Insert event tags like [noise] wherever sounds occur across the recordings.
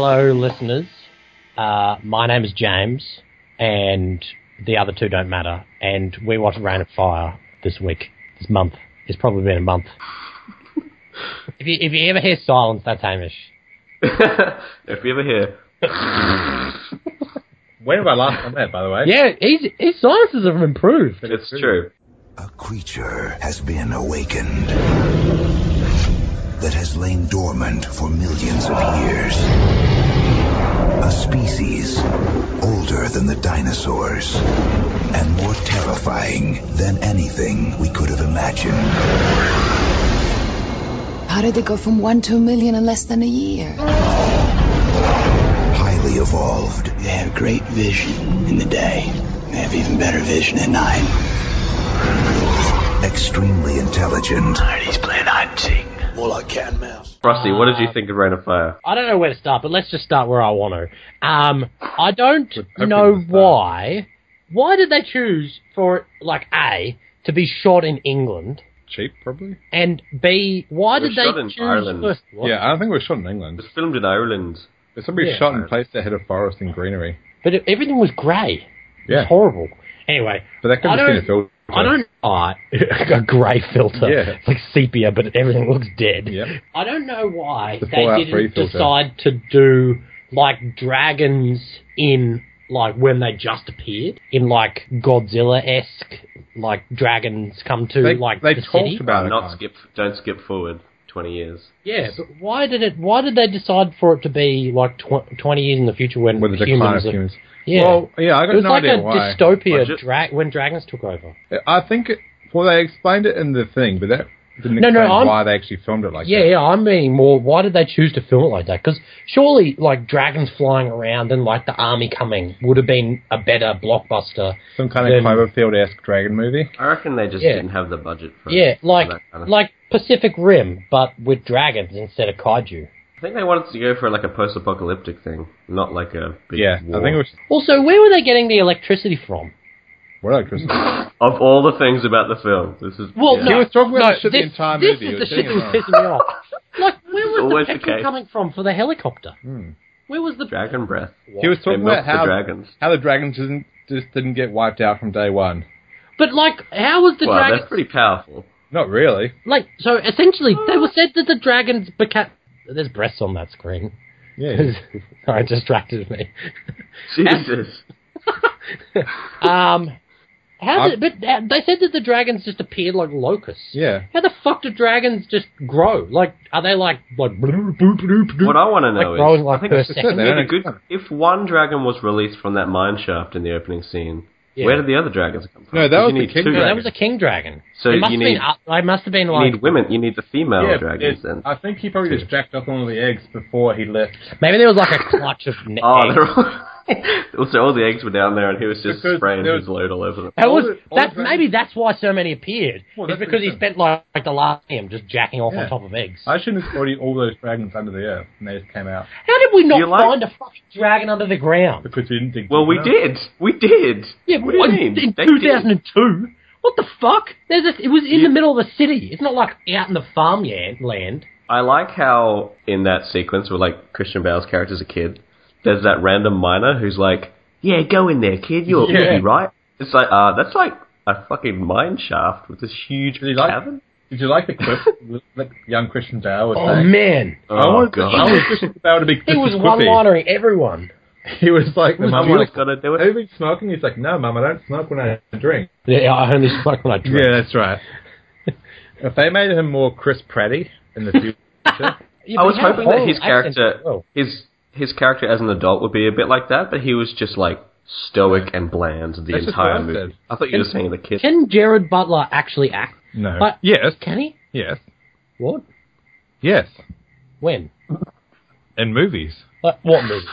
listeners, uh, my name is James, and the other two don't matter. And we watched Rain of Fire this week, this month. It's probably been a month. if you if you ever hear silence, that's Hamish. [laughs] if you ever hear. [laughs] When have I last done that, by the way? Yeah, his his silences have improved. It's true. A creature has been awakened that has lain dormant for millions of years. A species older than the dinosaurs and more terrifying than anything we could have imagined. How did they go from one to a million in less than a year? Highly evolved, They have great vision in the day. They have even better vision at night. extremely intelligent, He's playing hide and seek. More like cat and mouse. Frosty, what did you think of Rain of Fire? I don't know where to start, but let's just start where I want to. Um, I don't hoping know to start. why. Why did they choose for it, like A to be shot in England Cheap, probably. and B why It was did shot they in choose Ireland. first? What? Yeah, I don't think we were shot in It England. was filmed in Ireland. But somebody Yeah. shot in a place that had a forest and greenery. But it, everything was grey. Yeah. It's horrible. Anyway, But that could I have been a don't- film. I don't. Uh, [laughs] a grey filter. Yeah. It's like sepia, but everything looks dead. Yep. I don't know why The they Fallout 3 didn't filter. decide to do like dragons in like when they just appeared in like Godzilla esque like dragons come to They, like they the talked city. about it. Not skip. Don't skip forward twenty years. yeah, but why did it? Why did they decide for it to be like tw- twenty years in the future when with the decline humans? of are- humans. Yeah. Well, yeah, I got it was no like idea a why. dystopia Budget? dra- when dragons took over. I think, it, well, they explained it in the thing, but that didn't No, explain no, I'm- why they actually filmed it like Yeah, that. yeah, I mean, more. Why did they choose to film it like that? Because surely, like dragons flying around and like the army coming would have been a better blockbuster. Some kind of Then- Cloverfield-esque dragon movie. I reckon they just Yeah. didn't have the budget for Yeah, for like that kind of- like Pacific Rim, but with dragons instead of kaiju. I think they wanted to go for like a post-apocalyptic thing, not like a big Yeah, war. I think it was... Also, where were they getting the electricity from? What are Chris? Of all the things about the film, this is Well, yeah. no, He was talking about no, that shit the this, entire this movie. He is was the shit getting that it was pissing wrong. me off. [laughs] Like, where was always the the petrol case. coming from for the helicopter? Hmm. Where was the dragon breath. He was They talking about milked the how dragons. how the dragons didn't, just didn't get wiped out from day one. But like, how was the Wow, dragon? that's pretty powerful. Not really. Like, so essentially, they Oh. were said that the dragons became. There's breasts on that screen. [laughs] Yeah. Sorry, it distracted me. Jesus. Um, how I've- did, but uh, they said that the dragons just appeared like locusts. Yeah. How the fuck do dragons just grow? Like, are they like like bloop, bloop, bloop, bloop, What I want to like know growing is, like I think per it's- second? They it'd don't be good explain. if one dragon was released from that mine shaft in the opening scene. Yeah. Where did the other dragons come from? No, that 'Cause was you the need king two No, that dragon. was a king dragon. So It must you have need- been. up- I must have been You like. need women. You need the female dragons then. I think he probably just jacked off one of the eggs before he left. [laughs] Maybe there was like a clutch of. Ne- Oh, eggs. they're all. [laughs] so all the eggs were down there, and he was just Because spraying there his load all [laughs] over them. That all was the- all that. the Maybe that's why so many appeared. Well, it's that's because he reason. spent like, like the last game just jacking off Yeah. on top of eggs. I shouldn't have spotted all those dragons under the earth, and they just came out How did we You not like- find a fucking dragon under the ground? because we didn't dig. Well, we deep enough. did. We did. Yeah, what do you in- mean? in They two did. thousand and two. What the fuck? There's a, it was in the middle of the city. It's not like out in the farmland. Land. I like how in that sequence where like Christian Bale's character's a kid, there's that random miner who's like, "Yeah, go in there, kid. You'll, you'll Yeah. be right." It's like, uh, that's like a fucking mine shaft with this huge Did you like- cavern. Did you like the clip [laughs] that young Christian Bale was Oh saying? man, I Oh, wanted, God. I wanted Christian Bale to be. he Mr. was Quippy. one linering everyone. He was like, the was mum beautiful. was Gotta like, do it. "Have you been smoking?" He's like, "No, mum, I don't smoke when I drink." Yeah, I only smoke when I drink. Yeah, that's right. [laughs] if they made him more Chris Pratty in the [laughs] future, Yeah, I but was he had hoping that horrible his accents Oh. character, as well. his his character as an adult would be a bit like that, but he was just like stoic and bland the That's just entire what I movie. said. I thought you were saying the kid. Can Jared Butler actually act? no, But- yes, Can he? yes, What? yes, When? in movies, Like, what movie?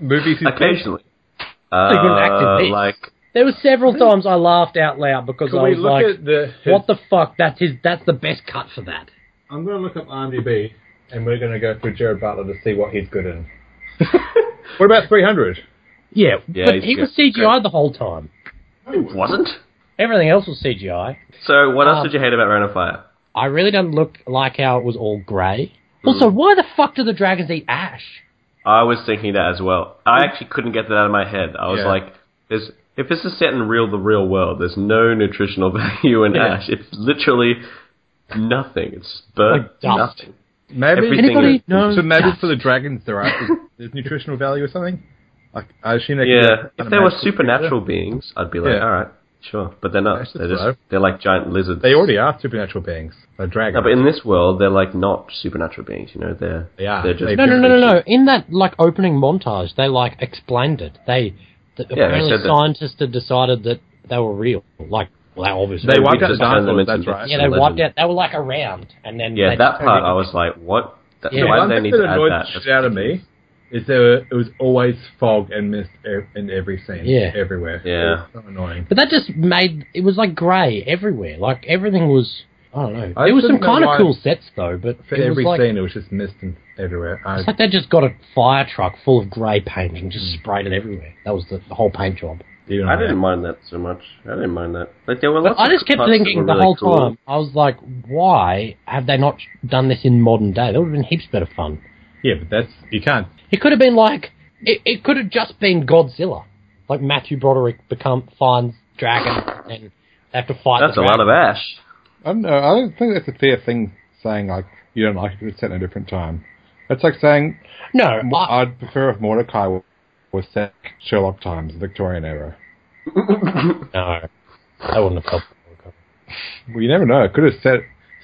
movies. he's [laughs] Occasionally, he couldn't act in Uh, peace. like There were several times I laughed out loud because Can I we was look like, at the? his- "What the fuck? That's his. That's the best cut for that." I'm going to look up IMDb, and we're going to go through Jared Butler to see what he's good in. [laughs] what about 300? Yeah, Yeah, but he's he was good. CGI the whole time. it wasn't. Everything else was CGI. So what else Um, did you hate about Rain of Fire? I really don't look like how it was all grey. Also, why the fuck do the dragons eat ash? I was thinking that as well. I actually couldn't get that out of my head. I was Yeah. like, "There's if this is set in real the real world, there's no nutritional [laughs] value in Yeah. ash. It's literally nothing. It's burnt Like dust. nothing. Maybe Everything Anybody is- knows So maybe dust? for the dragons there are [laughs] there's nutritional value or something. Like I assume they could Yeah, get if they were animated supernatural creature. beings, I'd be like, Yeah. all right, sure. But they're not. That's They're just just low. they're like giant lizards. they already are supernatural beings. They're dragons. No, but in this world, they're like not supernatural beings. You know, they're They are. They're just They- No, no, no, no, no. In that like opening montage, they like explained it. They th- they apparently said that- scientists had decided that they were real. Like, well, obviously They we wiped out just the turn them dinosaurs, into that's right. myths Yeah, and they wiped legends. out. They were like around, and then Yeah, they that turned part into- I was like, what? That, Yeah. Why One do they thing need that to add annoyed that? the shit out of me is there it was always fog and mist e- in every scene. Yeah. Everywhere. Yeah. It was so annoying. But that just made it was like grey everywhere. Like everything was. I don't know. I there was just some don't know kind of why- cool sets though, but For it was every like, scene it was just mist and everywhere. I, it's like they just got a fire truck full of grey paint and just Hmm. sprayed it everywhere. That was the, the whole paint job. you know, I didn't mind that so much. I didn't mind that. Like there were But lots. I of just kept parts that thinking were the really whole cool. time. I was like, why have they not done this in modern day? That would have been heaps better fun. Yeah, but that's you can't It could have been like it, it could have just been Godzilla, like Matthew Broderick become finds dragon and they have to fight. That's the a lot of dragon. ash. I don't know. uh, I don't think that's a fair thing saying like you don't like it, but it's set in a different time. That's like saying No, I, I'd prefer if Mordecai wa- was set Sherlock times, the Victorian era. no, that wouldn't have helped. Well, you never know. It could have set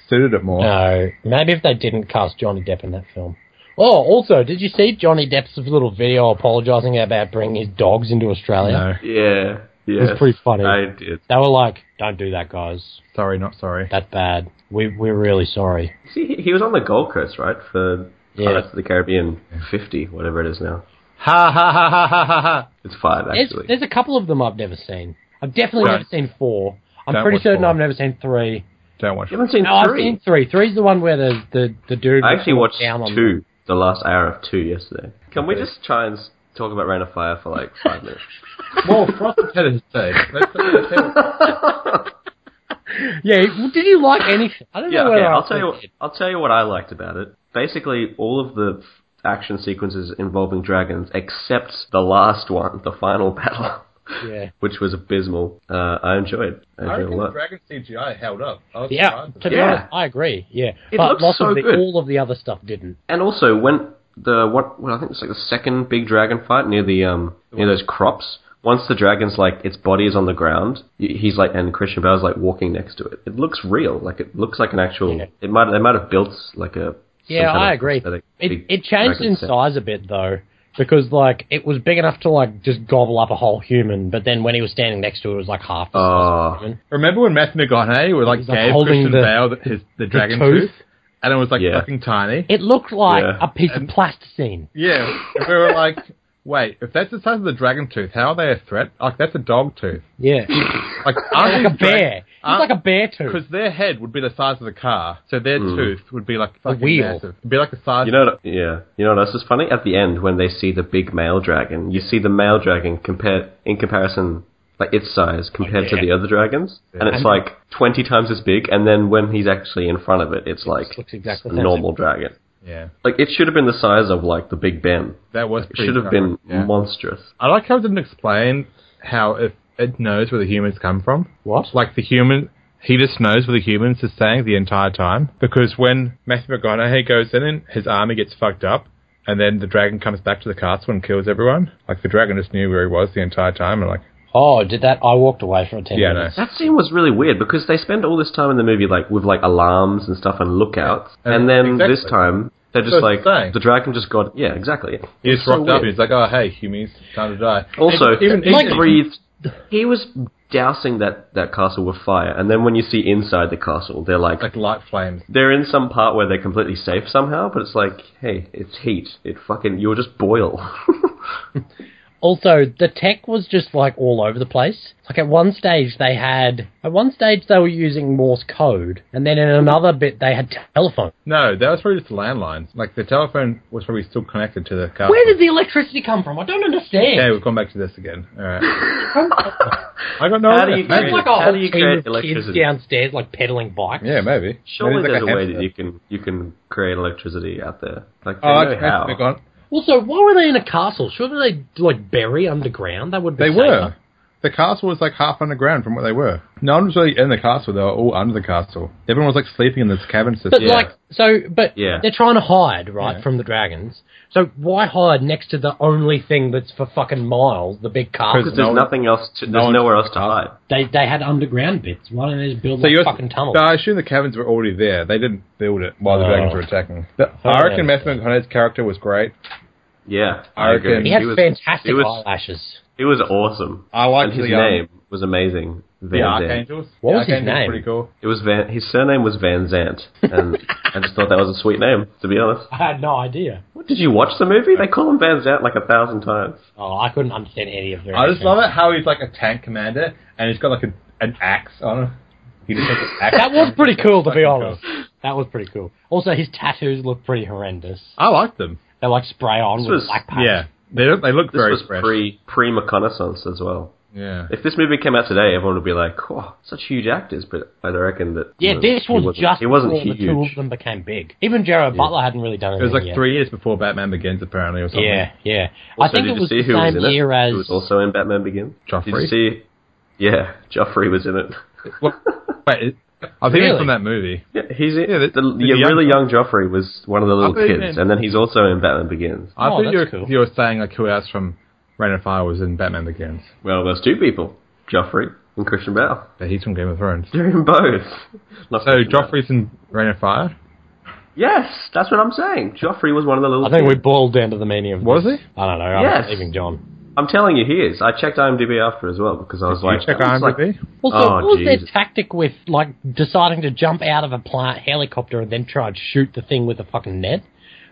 suited it Uh, more. No, maybe if they didn't cast Johnny Depp in that film. Oh, also, did you see Johnny Depp's little video apologising about bringing his dogs into Australia? no. Yeah, yeah. was pretty funny. I did. They were like, "Don't do that, guys. Sorry, not sorry. That's bad. We we're really sorry." See, he- he was on the Gold Coast, right, for Yeah. Pirates of the Caribbean 50, whatever it is now. Ha ha ha ha ha ha ha. It's five There's, actually. there's a couple of them I've never seen. I've definitely Don't. never seen four. I'm Don't pretty watch certain four. I've never seen three. Don't watch you haven't seen No, I've three. seen three. Three's the one where the the, the dude. I actually was watched down on two, the last hour of two yesterday. Can we just try and s- talk about Rain of Fire for like five minutes? Well, Frost has had his [laughs] day. Let's- let's have it. Yeah. well, Did you like anything? I don't yeah, know whether okay. I I'll tell you. What, liked it. I'll tell you what I liked about it. Basically, all of the f- action sequences involving dragons, except the last one, the final [laughs] battle, Yeah. which was abysmal. Uh, I enjoyed. I I enjoyed a reckon lot. Dragon CGI held up. I was Yeah, surprised at to be that. Yeah. honest, I agree. Yeah, It but looks lots so of the, good. all of the other stuff didn't. And also when the what well, I think it's like the second big dragon fight near the um near those crops. Once the dragon's like its body is on the ground, y- he's like and Christian Bale's like walking next to it. It looks real, like it looks like an actual. Yeah. It might they might have built like a. some Yeah, kind I of agree. prosthetic It big it changed dragon in set. size a bit though, because like it was big enough to like just gobble up a whole human, but then when he was standing next to it, it was like half the size of Oh. a human. Remember when Matthew McConaughey was like He's, like, gave holding Christian the- Bale the, his, the dragon tooth? tooth? and it was like Yeah. fucking tiny. It looked like Yeah. a piece And- of plasticine. Yeah, and we were like, wait, if that's the size of the dragon tooth, how are they a threat? Like that's a dog tooth. [laughs] Yeah, [laughs] Like like a bear. It's like a bear tooth. Because their head would be the size of the car, so their tooth would be like fucking wheel. massive. It'd be like the size. Hmm. You know, what- yeah. You know what else is funny? At the end, when they see the big male dragon, you see the male dragon compared in comparison, like its size compared to the other dragons, and it's like twenty times as big. And then when he's actually in front of it, it's like looks exactly a the same. normal dragon. yeah, Like it should have been the size of like the Big Ben. that was. It pretty should have terrible. been monstrous. I like how it didn't explain how if it knows where the humans come from. What? Like the human, he just knows where the humans are staying the entire time. Because when Matthew McConaughey goes in, and his army gets fucked up, and then the dragon comes back to the castle and kills everyone. Like the dragon just knew where he was the entire time, and like, Oh, did that? I walked away for ten yeah, no. minutes. That scene was really weird because they spend all this time in the movie like with like alarms and stuff and lookouts, Yeah. and then Exactly. this time they're just That's what like I'm saying. the dragon just got yeah exactly. He just So rocked weird. up. and He's like, oh hey, humans, time to die. Also, even he like- breathed. He was dousing that, that castle with fire, and then when you see inside the castle, they're like like light flames. they're in some part where they're completely safe somehow. But it's like, hey, it's heat. It fucking you'll just boil. Also, the tech was just like all over the place. Like at one stage they had, at one stage they were using Morse code, and then in another bit they had telephone. No, that was probably just the landlines. Like the telephone was probably still connected to the car. Where did the electricity come from? I don't understand. Okay, we've gone back to this again. All [laughs] right. I got no. How do you idea. There's like a How whole do you team create of kids electricity? downstairs like pedaling bikes. Yeah, maybe. Surely Maybe it's like there's a way hamster. that you can you can create electricity out there. Like they Oh, know okay, how. they're gone. Also, why were they in a castle? Shouldn't they like bury underground? That would be They safer. were. The castle was like half underground from what they were. No one was really in the castle. They were all under the castle. Everyone was like sleeping in this cabin system. But like so, but Yeah. they're trying to hide right Yeah. from the dragons. So why hide next to the only thing that's for fucking miles, the big castle? 'Cause there's No- nothing else. To, there's no one- nowhere else to hide. They they had underground bits. Why don't they just build So like you're- fucking tunnels? No, I assume the caverns were already there. They didn't build it while the Oh. dragons were attacking. But Oh, I reckon yeah. Matthew McConaughey's character was great. Yeah, I I agree. reckon- he had It was- fantastic it was- eyelashes. It was awesome. I liked and his the, um, name was amazing. The Van Zant. Archangels. What The was his Archangels name? Pretty cool. It was Van. His surname was Van Zant, and I just thought that was a sweet name. To be honest, I had no idea. did you watch the movie? They call him Van Zant like a thousand times. Oh, I couldn't understand any of their. I just love it how he's like a tank commander and he's got like a, an axe on him. He just has [laughs] an axe. That was pretty cool, to be Fucking honest. That was pretty cool. Also, his tattoos look pretty horrendous. I liked them. They're like spray on with was- black paint. Yeah, they don't, they look This very was fresh. pre pre reconnaissance as well. yeah, If this movie came out today, everyone would be like, "Wow, such huge actors!" But I reckon that Yeah, you know, this he was wasn't- just he wasn't before the two of huge. them became big. Even Gerard Butler hadn't really done it anything was like yet. three years before Batman Begins, apparently, or something. Yeah, yeah. I Also, think did it you was see the who was same in it? year Who as was also in Batman Begins? Did Joffrey? you see? Yeah, Joffrey was in it. [laughs] Well, wait, it- I think Really? it's from that movie. Yeah, he's in, Yeah, the- the, the yeah, young- really young Joffrey was one of the little thought he kids, meant- and then he's also in Batman Begins. I Oh, thought you were, that's cool. you were saying like who else from Rain of Fire was in Batman Begins, Well, there's two people, Joffrey and Christian Bale. [laughs] but he's from Game of Thrones. They're in both. Not So Christian Bale. Joffrey's in Rain of Fire. Yes, that's what I'm saying. Joffrey was one of the little. I think we kids. boiled down to the meaning of Was this. he? I don't know. I'm Yes. leaving John. I'm telling you, he is. I checked IMDb after as well because I was like, you check that looks like- IMDb. Also, Oh, what was their Jesus. tactic with like deciding to jump out of a plant helicopter and then try and shoot the thing with a fucking net?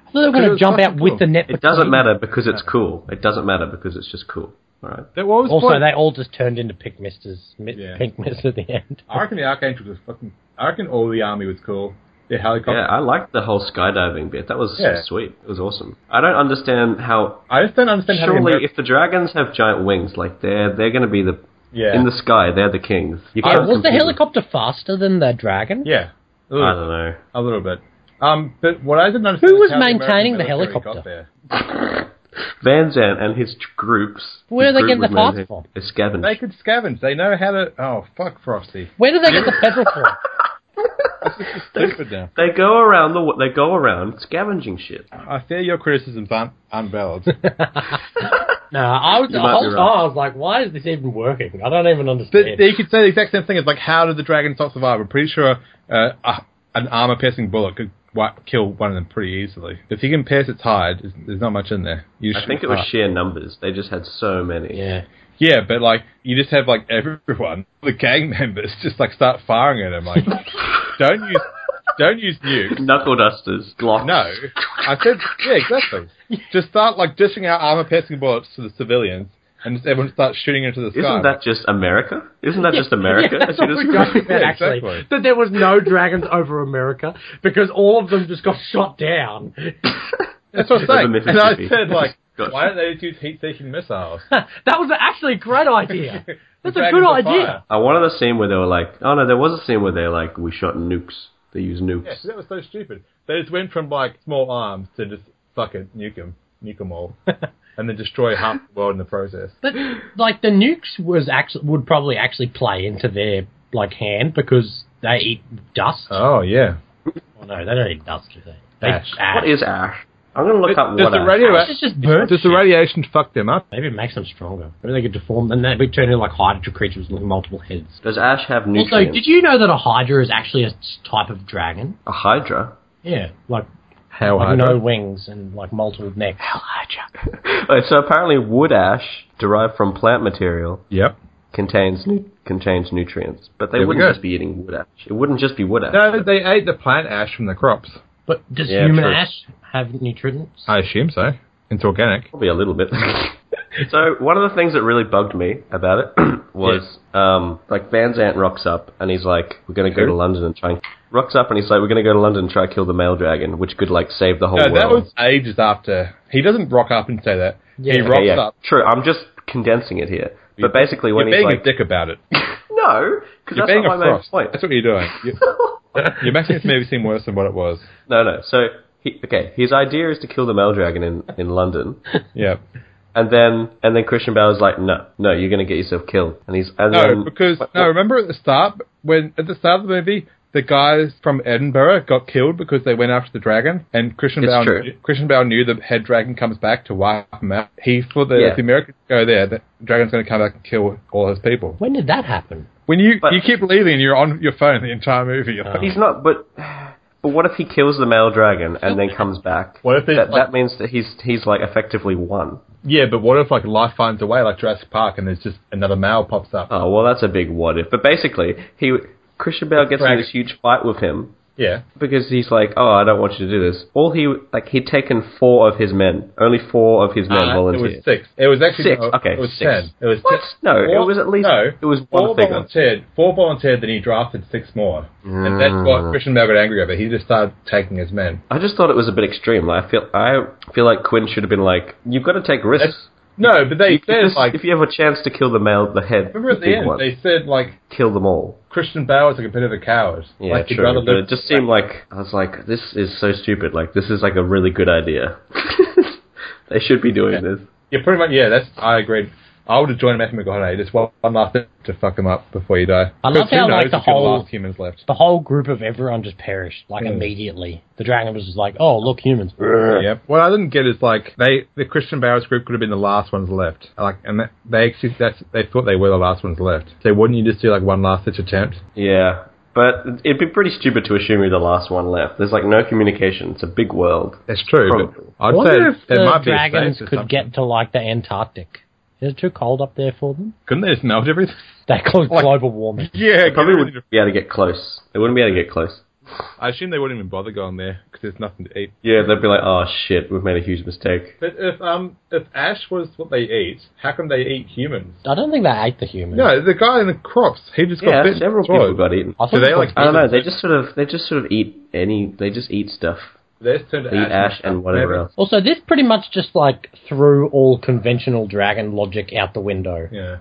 I thought they were It going to was jump out fucking cool. with the net. it doesn't between- matter because it's cool. It doesn't matter because it's just cool. All right. That what was the Also, point? they all just turned into pink misters, mi- Yeah. pink mist at the end. I reckon the Archangels was fucking. I reckon all the army was cool. The helicopter. Yeah, I liked the whole skydiving bit. That was so Oh. Yeah. sweet. It was awesome. I don't understand how. I just don't understand how the Surely, Ameri- if the dragons have giant wings, like they're they're going to be the yeah. in the sky, they're the kings. You Yeah, can't was the compete with- helicopter faster than the dragon? yeah. I A little, don't know. a little bit. Um, but what I didn't understand Who was is how the maintaining American the military helicopter? got there. Van Zandt and his t- groups. Where his do they group get the was known parts as from? A scavenge. They could scavenge. They know how to. Oh fuck, Frosty. Where do they get the petrol [laughs] from? Stupid now. They go around the. wo- They go around scavenging shit. I fear your criticisms aren't [laughs] unbalanced. No, I was, the might whole time be right. I was like, why is this even working? I don't even but understand. you could say the exact same thing as like, how did the dragons not survive? I'm pretty sure uh, a, an armor piercing bullet could wi- kill one of them pretty easily. If you can pierce its hide, there's, there's not much in there. You I shoot think it its was heart. sheer numbers. They just had so many. [laughs] yeah. Yeah, but like you just have like everyone, [laughs] the gang members, just like start firing at him. [laughs] Like, don't use, don't use nukes. Knuckle dusters, Glocks. No, I said [laughs] yeah, exactly. Just start like dishing out armor piercing bullets to the civilians, and just everyone starts shooting into the sky. Isn't that just America? Isn't that just America? Yeah, that's As what you [laughs] we describe got it? about, actually. exactly. That there was no dragons over America because all of them just got [laughs] shot down. That's what I'm Over saying. And I Mississippi. said like, [laughs] Gotcha. why don't they just use [laughs] heat-seeking missiles? that was actually a great [laughs] idea. That's a Dragons good on idea. fire. [laughs] I wanted a scene where they were like, oh no, there was a scene where they like we shot nukes. They used Yeah, nukes. so that was so stupid. They just went from like small arms to just fuck it, nuke them, nuke them all, [laughs] and then destroy half the world in the process. But like the nukes was actually would probably actually play into their like hand because they eat dust. Oh yeah. Oh, no, they don't eat dust, do they? They Ash. eat What is ash? I'm gonna look But up does what the ash. radio- Ash is just burnt Does the shit. radiation fuck them up? Maybe it makes them stronger. Maybe they could deform them. They'd be turned into like Hydra creatures with multiple heads. Does ash have nutrients? Also, did you know that a Hydra is actually a s- type of dragon? A hydra. [laughs] Yeah, like How like hard? no wings and like multiple necks. Alright, so apparently wood ash derived from plant material Yep. contains nu- contains nutrients, but they There we wouldn't go. just be eating wood ash. It wouldn't just be wood ash. No, they ate the plant ash from the crops. But does Yeah, human true. ash have nutrients? I assume so. It's organic. Probably a [laughs] little bit. so one of the things that really bugged me about it [clears throat] was um, like Van Zant rocks up and he's like, "We're going to go to London and try." And rocks up and he's like, "We're going to go to London and try and kill the male dragon, which could like save the whole No, world." that was ages after. He doesn't rock up and say that. Yeah. He Okay, rocks yeah, up. true. I'm just condensing it here, but basically when You're he's being like, a dick about it. "No," because You're that's being not a my main frost. point. [laughs] That's what you're doing. You're, you're making this movie seem worse than what it was. No, no. So He, okay, his idea is to kill the male dragon in, in [laughs] London, Yeah. and then and then Christian Bale is like, no, no, you're going to get yourself killed, and he's and No, then, because What- no. Remember at the start when at the start of the movie, the guys from Edinburgh got killed because they went after the dragon, and Christian It's Bale true. knew, Christian Bale knew the head dragon comes back to wipe him out. He for the, Yeah. the Americans go there, the dragon's going to come back and kill all his people. When did that happen? When you But- Uh. you keep leaving, you're on your phone the entire movie. You're like, He's not, but but what if he kills the male dragon and then comes back? What if it's that, like- that means that he's he's like effectively won? yeah, but what if like life finds a way, like Jurassic Park, and there's just another male pops up? Oh well, that's a big what if. But basically, he Christian Bale gets in dragon. this huge fight with him Yeah, because he's like, oh, I don't want you to do this. All he like he'd taken four of his men, only four of his men Uh, it was volunteered. six. It was actually Six, no, okay, It was six. ten. It was What? ten. No, it was at least- no. it was one four figure. volunteered. Four volunteered. Then he drafted six more, and that's Mm. what Christian Bale got angry over. He just started taking his men. I just thought it was a bit extreme. Like, I feel I feel like Quinn should have been like, you've got to take risks. No, but they If, said this- like if you have a chance to kill the male, the head, remember at the the big end one, they said like kill them all. Christian Bale is like a bit of a coward. Yeah, like, he'd true. rather But live- it just seemed like I was like, this is so stupid. Like this is like a really good idea. [laughs] they should be doing this. yeah, pretty much. Yeah, that's I agreed. I would have joined Matthew McConaughey just one, one last thing to fuck him up before you die. I love Because who how, like, knows the if you're whole- last humans left. The whole group of everyone just perished, like Hmm. immediately. The dragon was just like, oh, look, [laughs] humans. Yep. What I didn't get is like they the Christian Barrows group could have been the last ones left. Like, and that, they actually that's they thought they were the last ones left. So wouldn't you just do like one last ditch attempt? Yeah, but it'd be pretty stupid to assume you're the last one left. There's like no communication. It's a big world. That's true. Probably. But I'd I wonder say if it the might dragons be a safe could get to, like, the Antarctic. Is it too cold up there for them? Couldn't they just melt everything? They call it global warming. [laughs] Yeah, Probably wouldn't be able to get close. They wouldn't be able to get close. I assume they wouldn't even bother going there because there's nothing to eat. Yeah, they'd be like, oh shit, we've made a huge mistake. But if um if ash was what they eat, how can they eat humans? I don't think they ate the humans. No, the guy in the crops, he just Yeah, got bitten. several twice. people got eaten. I thought Do they it was- like? I don't know. They just sort of they just sort of eat any. They just eat stuff. they just turned to They eat ash and whatever Maybe. else. Also, this pretty much just like threw all conventional dragon logic out the window. Yeah.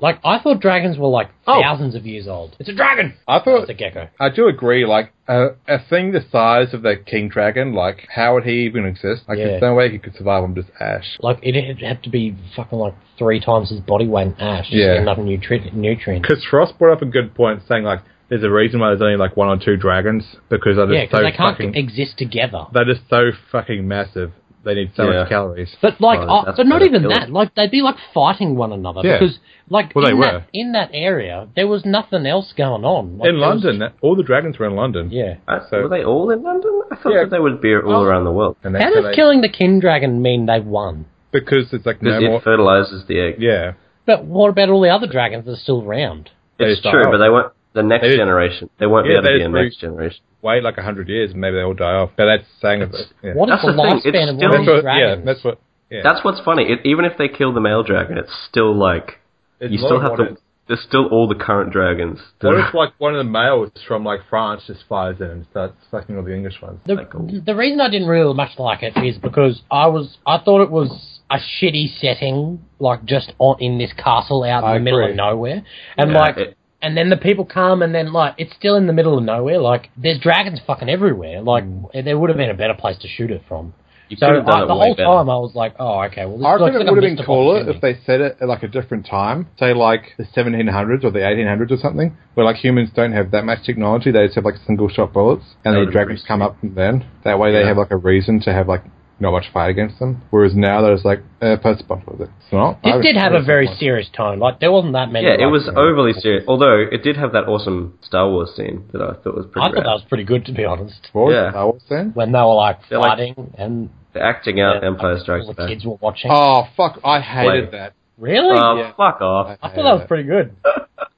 Like I thought dragons were like Oh. thousands of years old. It's a dragon. I Oh, thought it's a gecko. I do agree. Like a a thing the size of the king dragon, like how would he even exist? Like Yeah. there's no way he could survive on just ash. Like it had- had to be fucking like three times his body weight in ash. Just Yeah. yeah. Enough nutri- nutrients. Because Frost brought up a good point, saying like there's a reason why there's only like one or two dragons because they're just Yeah, because so they can't fucking exist together. they're just so fucking massive. They need so Yeah. much calories. But like, Oh, uh, that's but not better even killing. that. Like they'd be like fighting one another Yeah. because like Well, they in, were. That, in that area there was nothing else going on Like, in there was- London, Uh, that- all the dragons were in London. yeah. I, So- Uh, were they all in London? I thought Yeah. that they would be all around the world. And How that's does they- killing the kin dragon mean they won? because it's like no Because more. it fertilizes the egg. yeah, But what about all the other dragons that are still around? It's They true, die but off. they won't. The next They just- generation, they won't Yeah, be able to they be a just re- next generation. wait like hundred years and maybe they all die off. But that's saying it's, yeah. What is That's the, the thing, it's lifespan of still- one of That's these what, yeah, dragons? that's what. Yeah, That's what's funny. It, even if they kill the male dragon, it's still like It's you not still have what to. it- There's still all the current dragons. that What are- if like one of the males from like France just flies in and starts fucking all the English ones? the, the reason I didn't really much like it is because I was I thought it was a shitty setting, like just on, in this castle out in I the middle agree. of nowhere, and Yeah, like. it- and then the people come, and then like it's still in the middle of nowhere. Like there's dragons fucking everywhere. Like there would have been a better place to shoot it from. Mm. You so could have done I, it the way whole better. time I was like, oh okay, well this I looks reckon like it a would have missed been cooler opportunity. if they said it at like a different time, say like the 1700s or the 1800s or something, where like humans don't have that much technology. They just have like single shot bullets, and That the would've dragons been come sweet. up from then. That way Yeah. they have like a reason to have like not much fight against them. Whereas now they're just like uh, post spot with it. It's not. I This did don't- have I a don't very know. serious tone. Like there wasn't that many. [laughs] yeah, it like, was you know, overly serious. Although it did have that awesome Star Wars scene that I thought was pretty. I thought rad. that was pretty good, to be honest. What was Yeah. Star Wars then? When they were like They're like- fighting and The acting out and Empire Strikes all the Back. kids were watching. Oh fuck! I hated Wait. that. really? Oh, yeah. fuck off! I thought that was pretty good.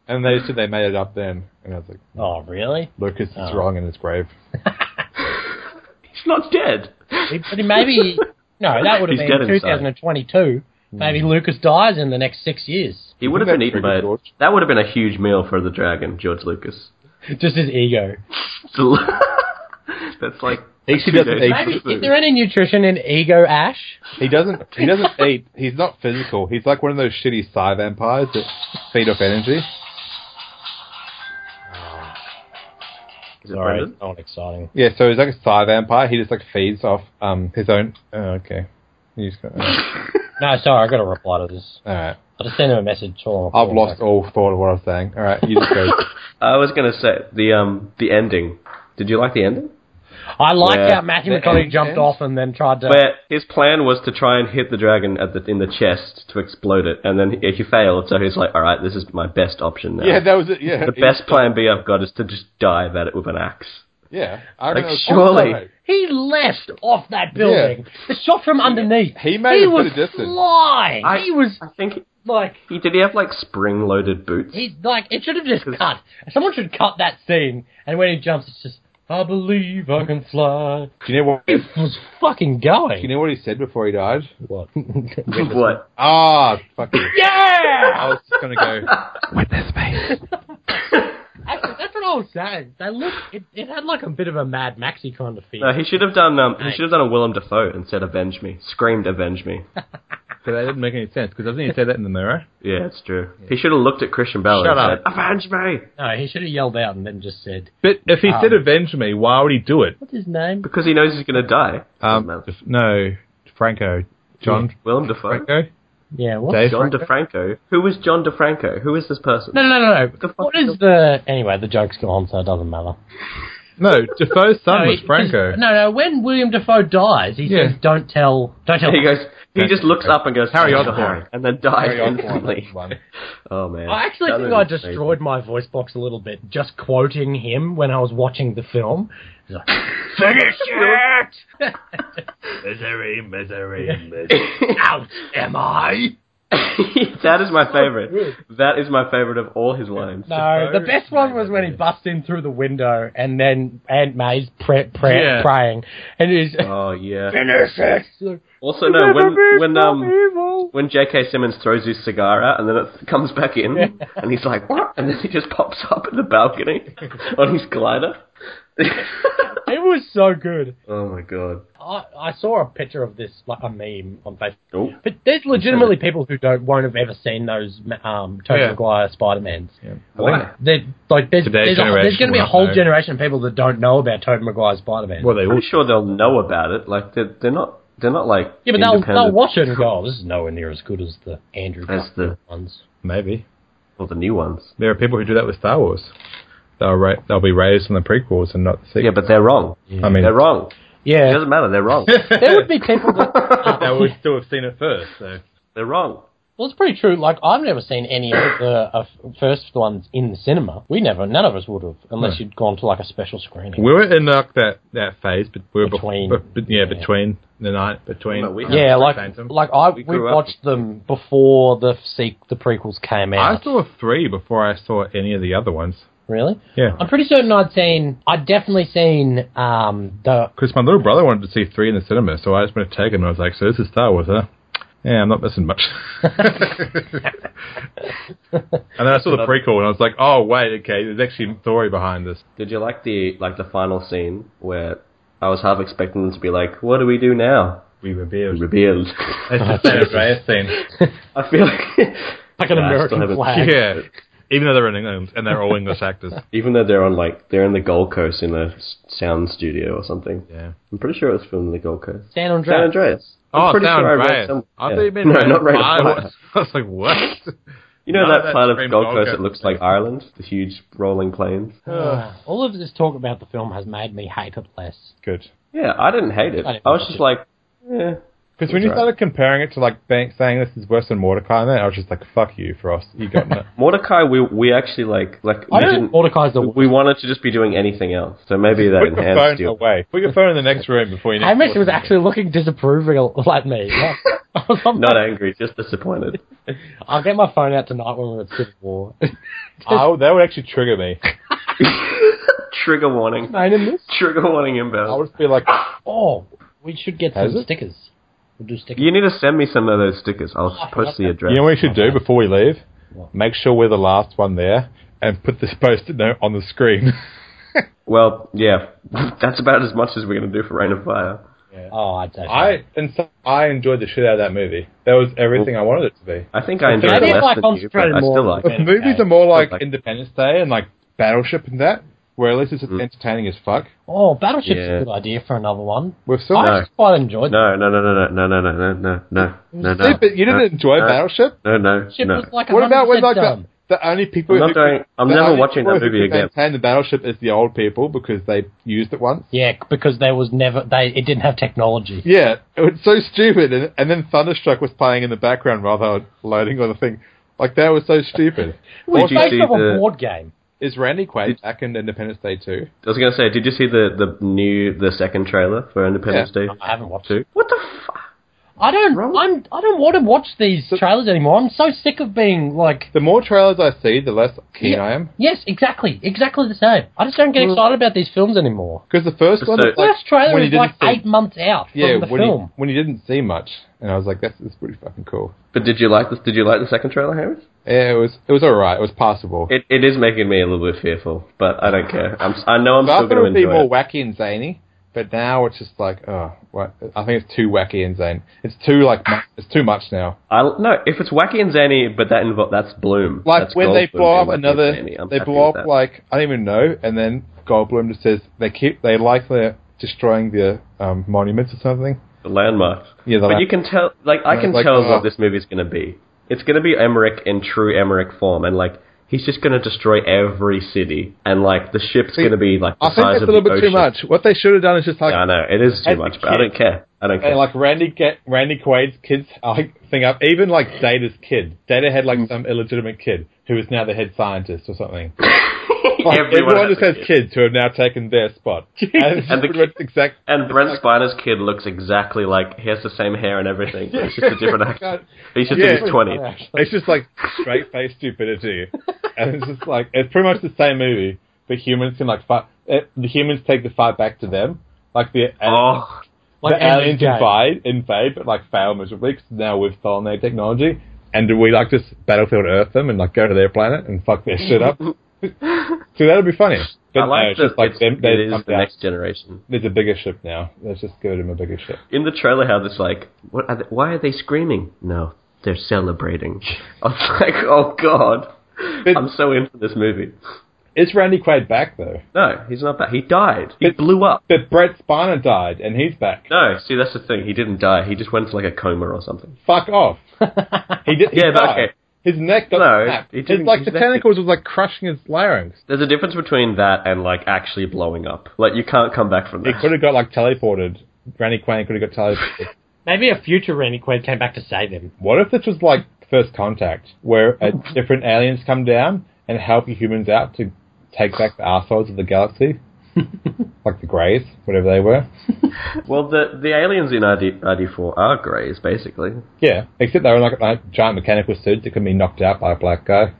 And they said they made it up then, and I was like, Oh, really? Lucas is Oh. wrong in his grave. He's not dead. He- But he [laughs] maybe no, that would have He's Hmm. dead been inside. 2022. Maybe Lucas dies in the next six years. He would have Isn't been that eaten pretty by. good, George? That would have been a huge meal for the dragon, George Lucas. Just his ego. That's like. He two doesn't days eat- Maybe worth of is there any nutrition in ego ash? He doesn't. He doesn't eat. He's not physical. He's like one of those shitty psi vampires that feed off energy. Is it Sorry, Brendan? not exciting. Yeah, so he's like a psi vampire. He just like feeds off um his own. Oh, okay. He's got, uh, No, sorry, I've got to reply to this. all right. I just sent him a message. All I've lost all thought of what I was saying. All right, you just [laughs] go. I was gonna say the um the ending. Did you like the ending? I like Yeah. how Matthew The McConaughey end- jumped end? off and then tried to. Where his plan was to try and hit the dragon at the in the chest to explode it, and then he, he failed. So he's like, "All right, this is my best option now. yeah, that was it. Yeah, the best plan B I've got is to just dive at it with an axe." Yeah, I Like, reckon it was- surely. he left off that building. The shot from underneath. He made he a bit was of distance. flying. I- he was I think like he did. He have like spring-loaded boots. He like it should have just cut. Someone should cut that scene. And when he jumps, it's just I believe I can fly. Do you know what? He Do was fucking you going. [laughs] know what he said before he died? What? what? Ah, fuck you. I yeah. was just gonna go. Actually, that's what I was saying. They look. It, it had like a bit of a Mad Maxi kind of feel. No, he should have done. Um, he should have done a Willem Dafoe and said, "Avenge me!" Screamed, "Avenge me!" But that didn't make any sense because doesn't he say that in the mirror? Yeah, it's true. He should have looked at Christian Bale Shut and up. said, "Avenge me!" No, he should have yelled out and then just said, But if he Um, said "avenge me," why would he do it? "What's his name?" Because he knows he's gonna die. Doesn't Um, matter. no, Franco, John Willem Dafoe. Franco, Yeah. What? Dave. John DeFranco. Who is John DeFranco? Who is this person? No, no, no, no. fuck What is is the anyway? The joke's gone, so it doesn't matter. No, Defoe's son was he- Franco. No, no. When William Defoe dies, he Yeah. says, "Don't tell, don't tell." [laughs] He goes. He Okay. just looks up and goes, Harry "Oh, Osborn. Harry," and then dies Very odd one, instantly. that one. [laughs] Oh [laughs] man! I actually That think movie's I crazy. destroyed my voice box a little bit just quoting him when I was watching the film. He's like, Finish it! misery, misery, misery. [laughs] Out am I? that is my favorite. That is my favorite of all his lines. No, the best one was when he busts in through the window and then Aunt May's pre- pre- Yeah. praying. And he's, Oh yeah. Finish it! Also, no. When when um Evil. when J.K. Simmons throws his cigar out and then it comes back in and he's like, what? And then he just pops up in the balcony on his glider. [laughs] It was so good. oh my god. I, I saw a picture of this, like a meme on Facebook. Oh. But there's legitimately people who don't won't have ever seen those um, Tobey Yeah. Maguire Spider Mans. Why? They're Like there's Today's there's, a- there's generation going to be a won't whole know. generation of people that don't know about Tobey Maguire Spider Man. Well, they all I'm sure they'll know about it. Like they're they're not they're not like yeah, but they'll they'll independent watch it and go, oh, "This is nowhere near as good as the Andrew As Garfield ones." maybe or the new ones. there are people who do that with Star Wars. They'll ra- they'll be raised on the prequels and not the Yeah, sequels. but they're wrong. I mean, They're wrong. It Yeah, doesn't matter. They're wrong. there would be people that. [laughs] they would still have seen it first. So they're wrong. Well, it's pretty true. Like I've never seen any of the uh, f- first ones in the cinema. We never, none of us would have, unless you'd gone to like a special screening. we were in like that that phase, but we were bef- Between. bef- bet- yeah, Yeah. between the night between. Well, we- yeah, um, like Phantom. like I we, grew up- watched them before the sequ- the prequels came out. I saw three before I saw any of the other ones. Really? Yeah. I'm pretty certain I'd seen. I'd definitely seen um, the. Because my little brother wanted to see three in the cinema, so I just went to take him and I was like, so this is Star Wars, huh? Yeah, I'm not missing [laughs] much. and then I saw the prequel and I was like, oh, wait, okay, there's actually a story behind this. Did you like the like the final scene where I was half expecting them to be like, "What do we do now?" We revealed. Revealed. It's just [laughs] that Andreas scene. [laughs] I feel like Like an Yeah, I still American haven't- flag. Yeah. Even though they're in England and they're all English actors. even though they're on like they're in the Gold Coast in a s- sound studio or something. [laughs] Yeah. I'm pretty sure it was filmed in the Gold Coast. San San Andreas. Andreas. I'm oh, pretty San sure I read Andreas. somewhere. I Yeah. thought you meant no, Red not Raid of Fire. Fire. [laughs] I was like, what? You know No, that that's part of Scream Gold Gold Coast Coast. that looks like Ireland, the huge rolling plains. Oh, Uh, all of this talk about the film has made me hate it less. Good. Yeah, I didn't hate it. I didn't I was watch just it. like, eh. Because when you started comparing it to like bank saying this is worse than Mordecai, man, I was just like, "Fuck you, Frost. You got it." Mordecai, we we actually like like I we don't. didn't. Mordecai's the. We wanted to just be doing anything else, so maybe that Put your phone enhanced you. away. Put your phone in the next room before you. need to Hamish watch was it. actually looking disapproving at me. Like, I was like, Not angry, [laughs] just disappointed. I'll get my phone out tonight when we're at Civil War. I, Oh, that would actually trigger me. Trigger warning. Mine in this? Trigger warning I inbound. would feel [laughs] like, Oh, we should get Has some it? stickers. We'll do stickers. You need to send me some of those stickers. I'll just post the address. you know, what we should do before we leave. Make sure we're the last one there, and put this post-it note on the screen. Well, yeah, [laughs] that's about as much as we're gonna do for Rain of Fire. Oh, I'd say. so. [laughs] I and so, I enjoyed the shit out of that movie. That was everything I wanted it to be. I think I enjoyed Maybe it if I less than you, but concentrated I more still on like the it. The movies Okay. are more like Like- Independence Day and like Battleship and that. where at least it's Mm. entertaining as fuck. Oh, Battleship's Yeah. a good idea for another one. We're still. I actually quite enjoyed that. No, no, no, no, no, no, no, no, no, no, no, no. Yeah, but you didn't no, enjoy no, Battleship. No, no, Ship no. was like What about when 100% like done. the, the only people I'm not who going- I'm the never only watching people that who movie could again. Maintain the Battleship is the old people because they used it once. Yeah, because there was never they it didn't have technology. Yeah, it was so stupid. And, and then Thunderstruck was playing in the background while they were loading on the thing. Like, that was [laughs] so stupid. Did you Based see off a the? board game. Is Randy Quaid back in Independence Day too? I was gonna say, did you see the the new the second trailer for Independence Yeah. Day? I haven't watched Two? it. What the fuck? I don't. Wrong. I'm. I don't want to watch these trailers anymore. I'm so sick of being like. The more trailers I see, the less keen Yeah. I am. Yes, exactly, exactly the same. I just don't get excited about these films anymore. Because the first one, So- it's like, First trailer when you is like didn't see, eight months out from yeah, the when film. you, when you didn't see much, and I was like, that's, that's pretty fucking cool. But did you like this? Did you like the second trailer, Harris? Yeah, it was it was all right. It was passable. It it is making me a little bit fearful, but I don't care. I'm si know I'm But I still thought it gonna would be enjoy more it. wacky and zany, but now it's just like, oh, what? I think it's too wacky and zany. It's too like mu- it's too much now. I no, if it's wacky and zany, but that invo- that's Bloom. Like That's when they Goldblum blow up being wacky and another, zany. I'm they happy blow with up that. like I don't even know, and then Goldblum just says they keep they like the destroying the um, monuments or something. the landmarks. Yeah, the but land- you can tell. Like I Yeah, can like, tell uh, what this movie's going to be. It's going to be Emmerich in true Emmerich form, and like he's just going to destroy every city, and like the ship's going to be like the I think size of that's a the little bit ocean. too much. What they should have done is just like Yeah, I know it is As too a much, but I kid- don't care. I don't care. And like Randy get Randy Quaid's kids like, thing up, even like Data's kid. Data had Hmm. like some illegitimate kid who is now the head scientist or [laughs] something. Like, everyone, has just a has kid. kids who have now taken their spot. And, it's [laughs] And the pretty much exact. And Brent Spiner's kid looks exactly like he has the same hair and everything. but It's just a different actor. He's just in [laughs] Yeah. his twenties. [laughs] It's just like straight face stupidity, and it's just like it's pretty much the same movie. The humans can like fight. eh, The humans take the fight back to them. Like the Oh, Like the aliens Ender's Game. invade, invade, but like fail miserably 'cause now we've stolen their technology. And do we like just battlefield Earth them and like go to their planet and fuck their shit [laughs] up? so that'll be funny. But I no, like it's that. just like it's- them, it they is come the down. next generation. There's a bigger ship now. Let's just give them a bigger ship. in the trailer how this like what are they, why are they screaming no they're [laughs] celebrating i was like oh god i'm so into this movie Is Randy Quaid back though? no he's not that he died he But- blew up But Brett Spiner died and he's back. no see that's the thing he didn't die he just went into like a coma or something [laughs] Fuck off. he did. He Yeah, but died. okay. His neck got No, snapped. he It's didn't- like his the neck tentacles was like crushing his larynx. there's a difference between that and like actually blowing up like you can't come back from He that could have got like teleported. Randy Quaid could have got teleported. Maybe a future Randy Quaid came back to save him. What if this was like First Contact, where uh, different aliens come down and help the humans out to take back the assholes of the [laughs] galaxy? like the Greys, whatever they were. well the the aliens in RD, rd4 are greys basically Yeah, except they were like, like giant mechanical suits that can be knocked out by a black guy.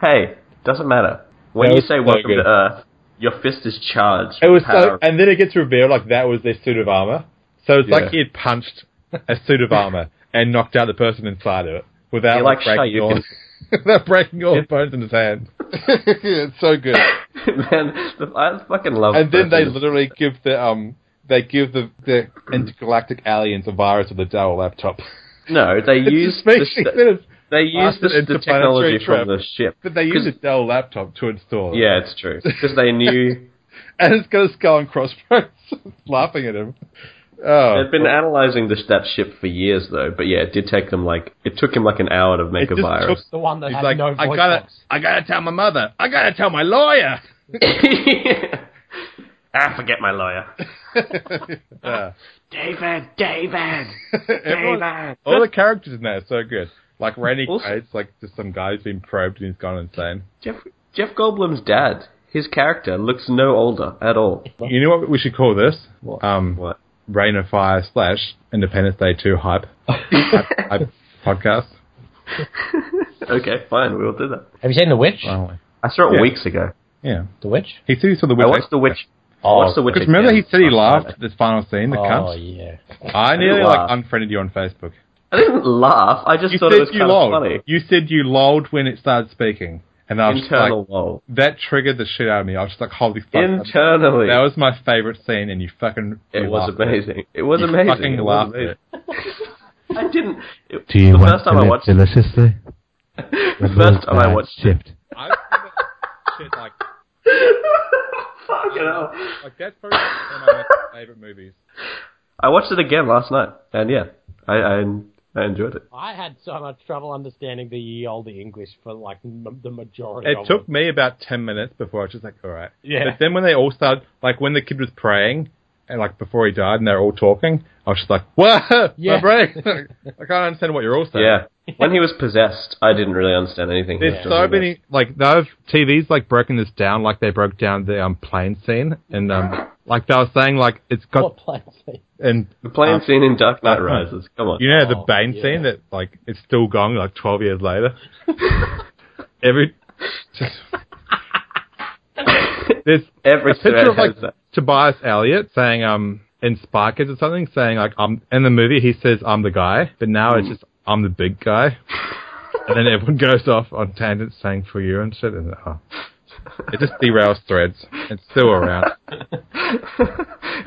hey doesn't matter when That you was say so welcome good. to earth your fist is charged It was with power. so, and then it gets revealed like that was their suit of armor. So it's Yeah. like he had punched a suit of armor and knocked out the person inside of it without You're like, like, breaking "Sure, all, [laughs] you without breaking all the bones in his hand. [laughs] it's so good. [laughs] Man, the, I fucking love. and then they Burton. literally give the um they give the the intergalactic aliens a virus of the Dell [laughs] laptop. no, they It's a [laughs] use species that the, is they use bastard the, the interplanetary technology trap. from the ship. But they use a 'Cause- Dell laptop to install it. Yeah, it's true because they [laughs] knew And it's got a skull and crossbones [laughs] laughing at him. Oh, they've been analyzing this that ship for years though. But yeah, it did take them like it took him like an hour to make It a just virus. took- The one that He's had like, no voice I gotta, box. I gotta tell my mother. I gotta tell my lawyer. [laughs] [laughs] ah, forget my lawyer, [laughs] Yeah. David. [laughs] David. Everyone- all the characters in that are so good. Like Randy Also- Quaid's like just some guy who's been probed and he's gone insane. Jeff Jeff Goldblum's dad. His character looks no older at all. You know what we should call this? Um, What? Rain of Fire slash Independence Day Two hype, hype, hype podcast. Okay, fine, we'll do that. Have you seen The Witch? I saw it Yeah. weeks ago. Yeah, the Witch. he said he saw the I witch. watched The Witch. I watched The Witch. Because Oh, remember, he again said he last laughed Friday. at this final scene. The oh cunt. yeah. I nearly didn't like laugh. unfriended you on Facebook. I didn't laugh. I just You thought said it was you kind of lolled. funny. You said you lolled when it started speaking, and I was just Internal like, lol. that triggered the shit out of me. I was just like, holy fuck. Internally, That was my favorite scene, and you fucking. it you was laughed at amazing. It was You amazing. fucking It was laughed amazing. at I didn't. It, Do you the want first to time I live watched. [laughs] deliciously? The first time I watched. shift. I've seen that shit like Fucking hell. Like that's probably one of my favorite movies. I watched it again last night, and yeah, I I, I enjoyed it. I had so much trouble understanding the ye olde English for like m- the majority. It of took me about ten minutes before I was just like, all right. Yeah. But then when they all started, like when the kid was praying, and like before he died, and they were all talking, I was just like, [laughs] whoa, Yeah. my brain. [laughs] I can't understand what you're all saying. Yeah, when he was possessed, I didn't really understand anything. he There's was so doing. many like they've TV's like broken this down like they broke down the um plane scene and um like they were saying like it's got What plane scene? and The plane scene in Dark Knight Dark Knight. Rises. Come on. Ah. you know the Oh, Bane yeah. scene that like it's still going like twelve [laughs] years later. Every just there's Every a picture of thread like has that. Tobias Elliott saying um in Spy Kids or something saying like I'm in the movie he says I'm the guy but now it's just I'm the big guy and then everyone goes off on tangents saying for you and shit and oh. it just derails threads it's still around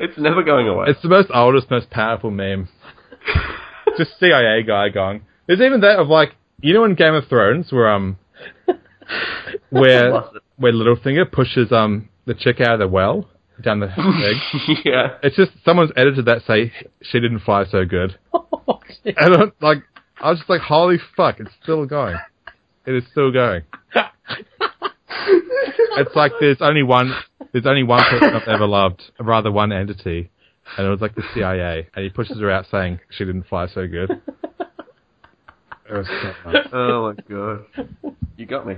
it's never going away. it's the most oldest most powerful meme just CIA guy going there's even that of like you know in Game of Thrones where um where where Littlefinger pushes um the chick out of the well down the thing [laughs] yeah. It's just someone's edited that say she didn't fly so good. [laughs] and I'm like, I was just like, holy fuck, it's still going. It is still [laughs] going. it's like there's only one, there's only one person I've ever loved, or rather one entity, and it was like the CIA, and he pushes her out saying she didn't fly so good. [laughs] It was so nice. Oh my god. You got me.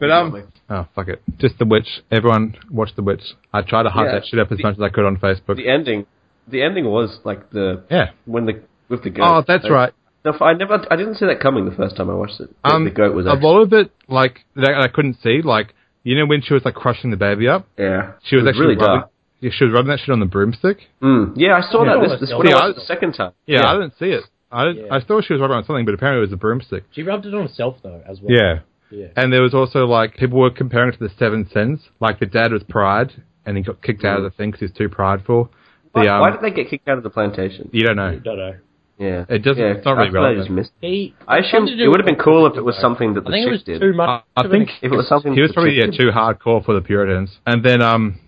But um, oh fuck it, just the witch. Everyone watch the witch. I tried to hype Yeah. that shit up as much as I could on Facebook. The ending. The ending was like the Yeah. when the with the goat. oh, that's Like, right. Um, No, I never. I didn't see that coming the first time I watched it. The, the goat was. a actually- lot of it like that I couldn't see. Like you know when she was like crushing the baby up, yeah. she was, It actually really rubbing, dark. yeah, she was rubbing that shit on the broomstick. Mm. Yeah, I saw Yeah. that. This, this Yeah, when I I- watched it the second time. Yeah, I didn't see it. I didn't, Yeah. I thought she was rubbing on something, but apparently it was a broomstick. [laughs] She rubbed it on herself though, as well. Yeah. Yeah. And there was also like people were comparing it to the Seven Sins. Like the dad was pride, and he got kicked out of the thing because he's too prideful. The, Why, um, why did they get kicked out of the plantation? you don't know. Dunno. Yeah, It doesn't- Yeah, it's not really I feel like I relevant. just missed. it. He. I assume something to do it would have with been cool if it the- was something that I the think it chick was did. too much. I, I of an think if it was something he was the probably yeah, chick did. too hardcore for the Puritans. And then um,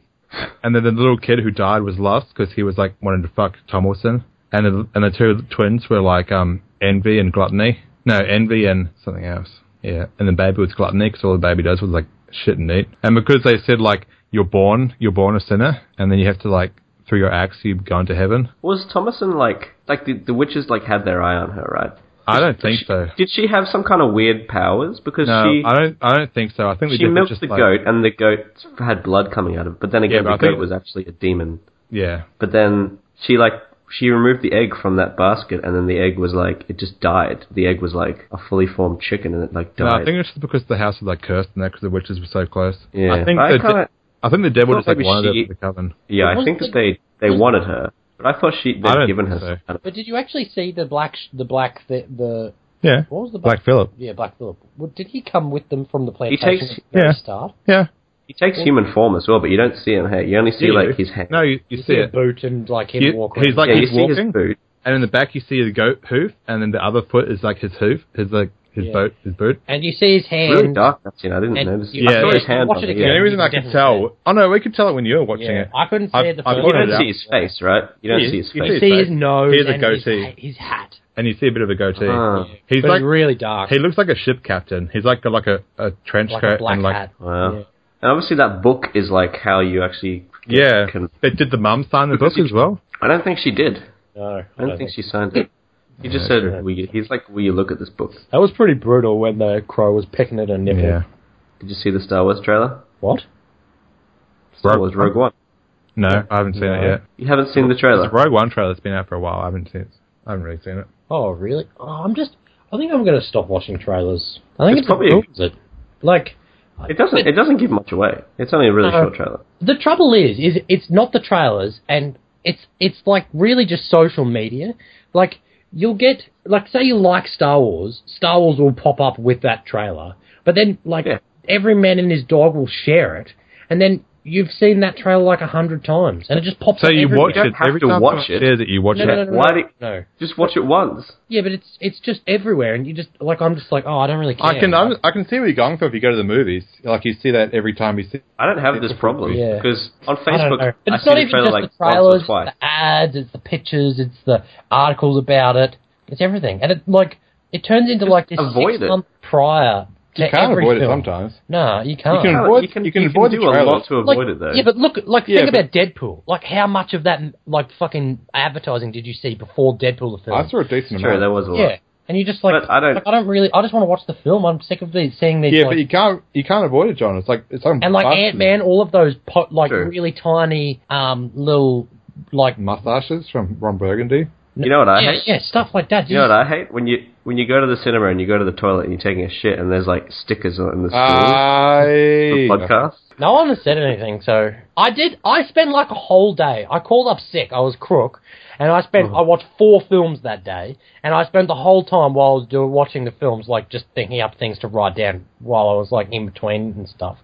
and then the little kid who died was lost because he was like wanted to fuck Tomlinson, and the, and the two twins were like um envy and gluttony. No, envy and something else. Yeah, and the baby was gluttony because all the baby does was like shit and eat. And because they said like you're born, you're born a sinner, and then you have to like through your acts you go into heaven. Was Thomason like like the the witches like had their eye on her, right? I don't think She- so. Did she have some kind of weird powers? Because No, she I don't. I don't think so. I think they she did milked just the like, goat and the goat had blood coming out of it. But then again, but I the goat think- was actually a demon. Yeah, But then she like she removed the egg from that basket, and then the egg was like it just died. The egg was like a fully formed chicken, and it like No, died. I think it's just because the house was like cursed and that because the witches were so close. Yeah. I think I the kinda- de- I think the devil I just thought like maybe wanted she- it for the coven. yeah, I Wasn't think that the- they they wanted her, but I thought she I don't they'd given her think some so. kind of But did you actually see the black, sh- the black, the, the Yeah. what was the black? Black Phillip. yeah, Black Phillip. Well, did he come with them from the plantation takes- at the very yeah. start? Yeah. He takes human form as well, but you don't see him. Hey, you only see like his hand. No, you, you see a it. boot and like him You- walk he's around. like yeah, you he's see walking, his boot. and in the back you see the goat hoof, and then the other foot is like his hoof, his like his Yeah. boot, his boot. and you see his hand. Really dark that scene. I didn't and notice. you- I Yeah. saw yeah, his hand. watch on it it, again. The only yeah. reason I could tell. Oh no, we could tell it when you were watching Yeah, it. I couldn't see I've- it the I've first You got it time. don't see Yeah. his face, right? You don't Yeah, see his you face. You his see face. his nose Here's a and his, goatee. ha- his hat. and you see a bit of a goatee. Ah. He's but like it's really dark. he looks like a ship captain. He's like got like a, a trench like coat a black and like hat. Wow. Yeah. And obviously that book is like how you actually. yeah. Can- But did the mum sign the book Because he- as well? I don't think she did. No, I don't think she signed it. [clears throat] He just said, "Will you, he's like, will you look at this book? that was pretty brutal when the crow was pecking at her nipple. Yeah. Did you see the Star Wars trailer? What? Star Rogue Wars Rogue One. No, I haven't seen it No. yet. You haven't seen the The trailer? Rogue One trailer's been out for a while. I haven't seen it. I haven't really seen it. Oh, really? Oh, I'm just. I think I'm going to stop watching trailers. I think It's it's probably- probably it. Like It doesn't. It doesn't give much away. It's only a really No. short trailer. the trouble is, is it's not the trailers, and it's it's like really just social media. Like you'll get like say you like Star Wars, Star Wars will pop up with that trailer, but then like Yeah. every man and his dog will share it, and then You've seen that trailer like a hundred times, and it just pops So up. you every- watch don't it have every to time watch someone it. says it, you watch No, it. no, no, no, Why no, do you- no. Just watch it once. Yeah, but it's it's just everywhere, and you just like I'm just like, oh, I don't really care. I can i I can see where you're going for if you go to the movies. Like you see that every time you see. I don't have this problem Yeah. because I on don't Facebook know. But I it's see not the even trailer just like the trailers, once or twice. it's the ads, it's the pictures, it's the articles about it, it's everything, and it like it turns into like this avoid six it. month prior. To You can't every avoid it film. sometimes. No, you can't. can avoid- you can you can avoid the do a lot trailers. to avoid like, it though. Yeah, but look, like Yeah, think but- about Deadpool. Like how much of that like fucking advertising did you see before Deadpool the film? I saw a decent sure, amount. there was a lot. yeah, and you just like, But I don't- like, I don't really. I just want to watch the film. I'm sick of these seeing these. yeah, like- but you can't you can't avoid it, John. It's like it's like and like mustaches- Ant Man, all of those pot, like True. really tiny um little like mustaches from Ron Burgundy. You know what I yeah, hate? yeah stuff like that. You know what I hate when you when you go to the cinema and you go to the toilet and you're taking a shit and there's like stickers on in the Ah, stool for I podcast. No one has said anything, so I did. I spent like a whole day. I called up sick. I was crook, and I spent. I watched four films that day, and I spent the whole time while I was doing, watching the films, like just thinking up things to write down while I was like in between and stuff.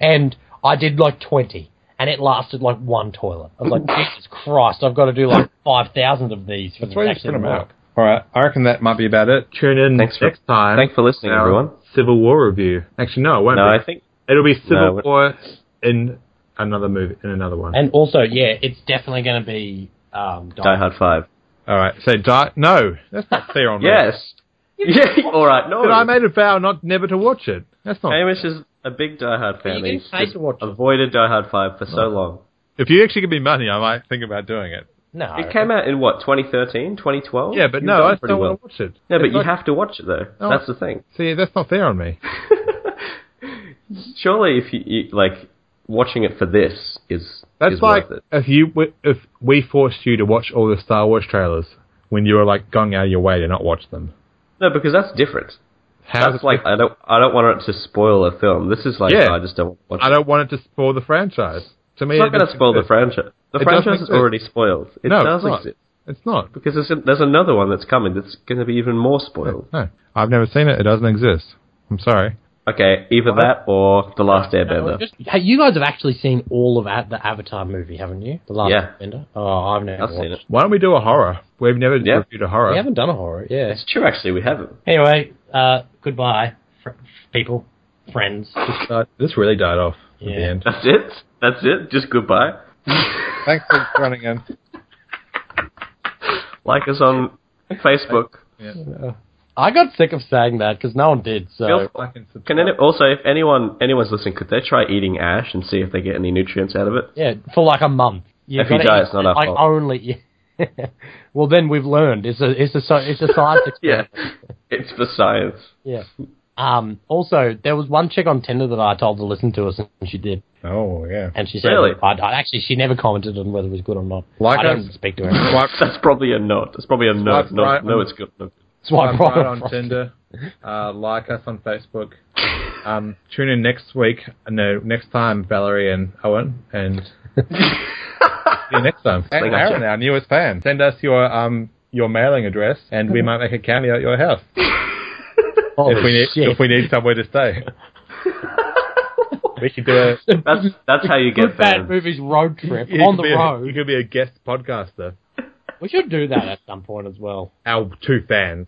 And I did like twenty, and it lasted like one toilet. I was like, Jesus Christ, I've got to do like five thousand of these for That's the why you next spit them out. All right, I reckon that might be about it. Tune in Thanks for- next time. thanks for listening, our everyone. Civil War review. Actually, no, it won't No, be. I think It'll be Civil No, it- War in another movie, in another one. And also, yeah, it's definitely going to be um, Die Hard Five. All right, so die. No, that's not [laughs] fair on me. Yes. [laughs] Yeah. All right. No. But I made a vow not never to watch it. That's not. Amos is a big Die Hard Are fan. you He's getting paid just to watch it? avoided Die Hard Five for so long. If you actually give me money, I might think about doing it. No, It came out in what 2013, 2012. Yeah, but You've no, done I pretty still well. want to watch it. No, but It's you like- have to watch it though. No, That's the thing. See, that's not fair on me. Surely, if you, you like watching it for this is That's is like worth it. if you if we forced you to watch all the Star Wars trailers when you were like going out of your way to not watch them. No, because that's different. How's that's it- like I don't I don't want it to spoil a film. This is like Yeah. oh, I just don't want to watch. I don't want it to spoil the franchise. To me, It's not it going to doesn't spoil the exist. franchise. The It doesn't franchise is exist. already spoiled. It No, does it's not. exist It's not. because there's, there's another one that's coming that's going to be even more spoiled. No, I've never seen it. It doesn't exist. I'm sorry. Okay, either that or the Last No, Airbender. just- hey, you guys have actually seen all of A- the Avatar movie, haven't you? The last Yeah. Airbender. Oh, I've never I've watched. seen it. Why don't we do a horror? We've never Yeah. reviewed a horror. We haven't done a horror, yeah. It's true, actually. We haven't. Anyway, uh, goodbye, fr- people, friends. Uh, this really died off at the Yeah. end. That's it. That's it. Just goodbye. [laughs] Thanks for running in. Like us on Facebook. I got sick of saying that because no one did. So Feel- Like and subscribe. Can any, also, if anyone anyone's listening, could they try eating ash and see if they get any nutrients out of it? yeah, for like a month. You If you gotta die, eat- it's not our I fault. only. [laughs] well, then we've learned. It's a it's a sci- it's [laughs] a science Yeah, experiment. it's for science. Yeah. Um. Also, there was one chick on Tinder that I told to listen to us, and she did. Oh yeah. And she said, Really? I, I, "Actually, she never commented on whether it was good or not. Like I us- don't speak to her. Swipe, [laughs] That's probably a no. That's probably a no. Swipe No, right no, on- it's good. No. Swipe swipe right right on right. Tinder. Uh, like us on Facebook. Um, tune in next week. No, next time Valerie and Owen [laughs] and see you next time. And Thank you. Aaron, our newest fan, send us your um your mailing address, and [laughs] we might make a cameo at your house Holy if we need Oh, shit. if we need somewhere [laughs] to stay. we could do a That's that's how you good get bad fans. movies road [laughs] trip you on could the be a- road. you could be a guest podcaster. We should do that at some point as well. Our two fans.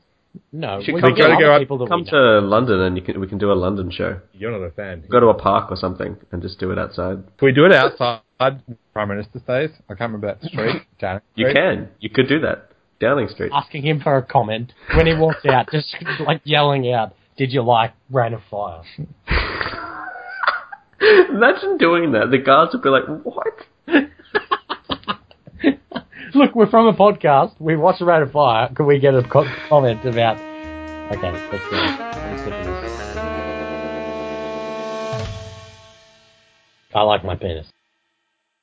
No, should we come can get to- other go up- people that Come we know. to London and you can we can do a London show. You're not a fan. Go to a park or something and just do it outside. Can we do it outside Prime Minister stays? I can't remember that street. Downing You Street. can. You could do that. Downing Street. asking him for a comment when he walks out, [laughs] just like yelling out, "Did you like Rain of Fire?" Imagine doing that. The guards would be like, "What?" Look, we're from a podcast. We watch Rain of Fire. Can we get a co- comment about? Okay, let's go. Let's get this. I like my penis.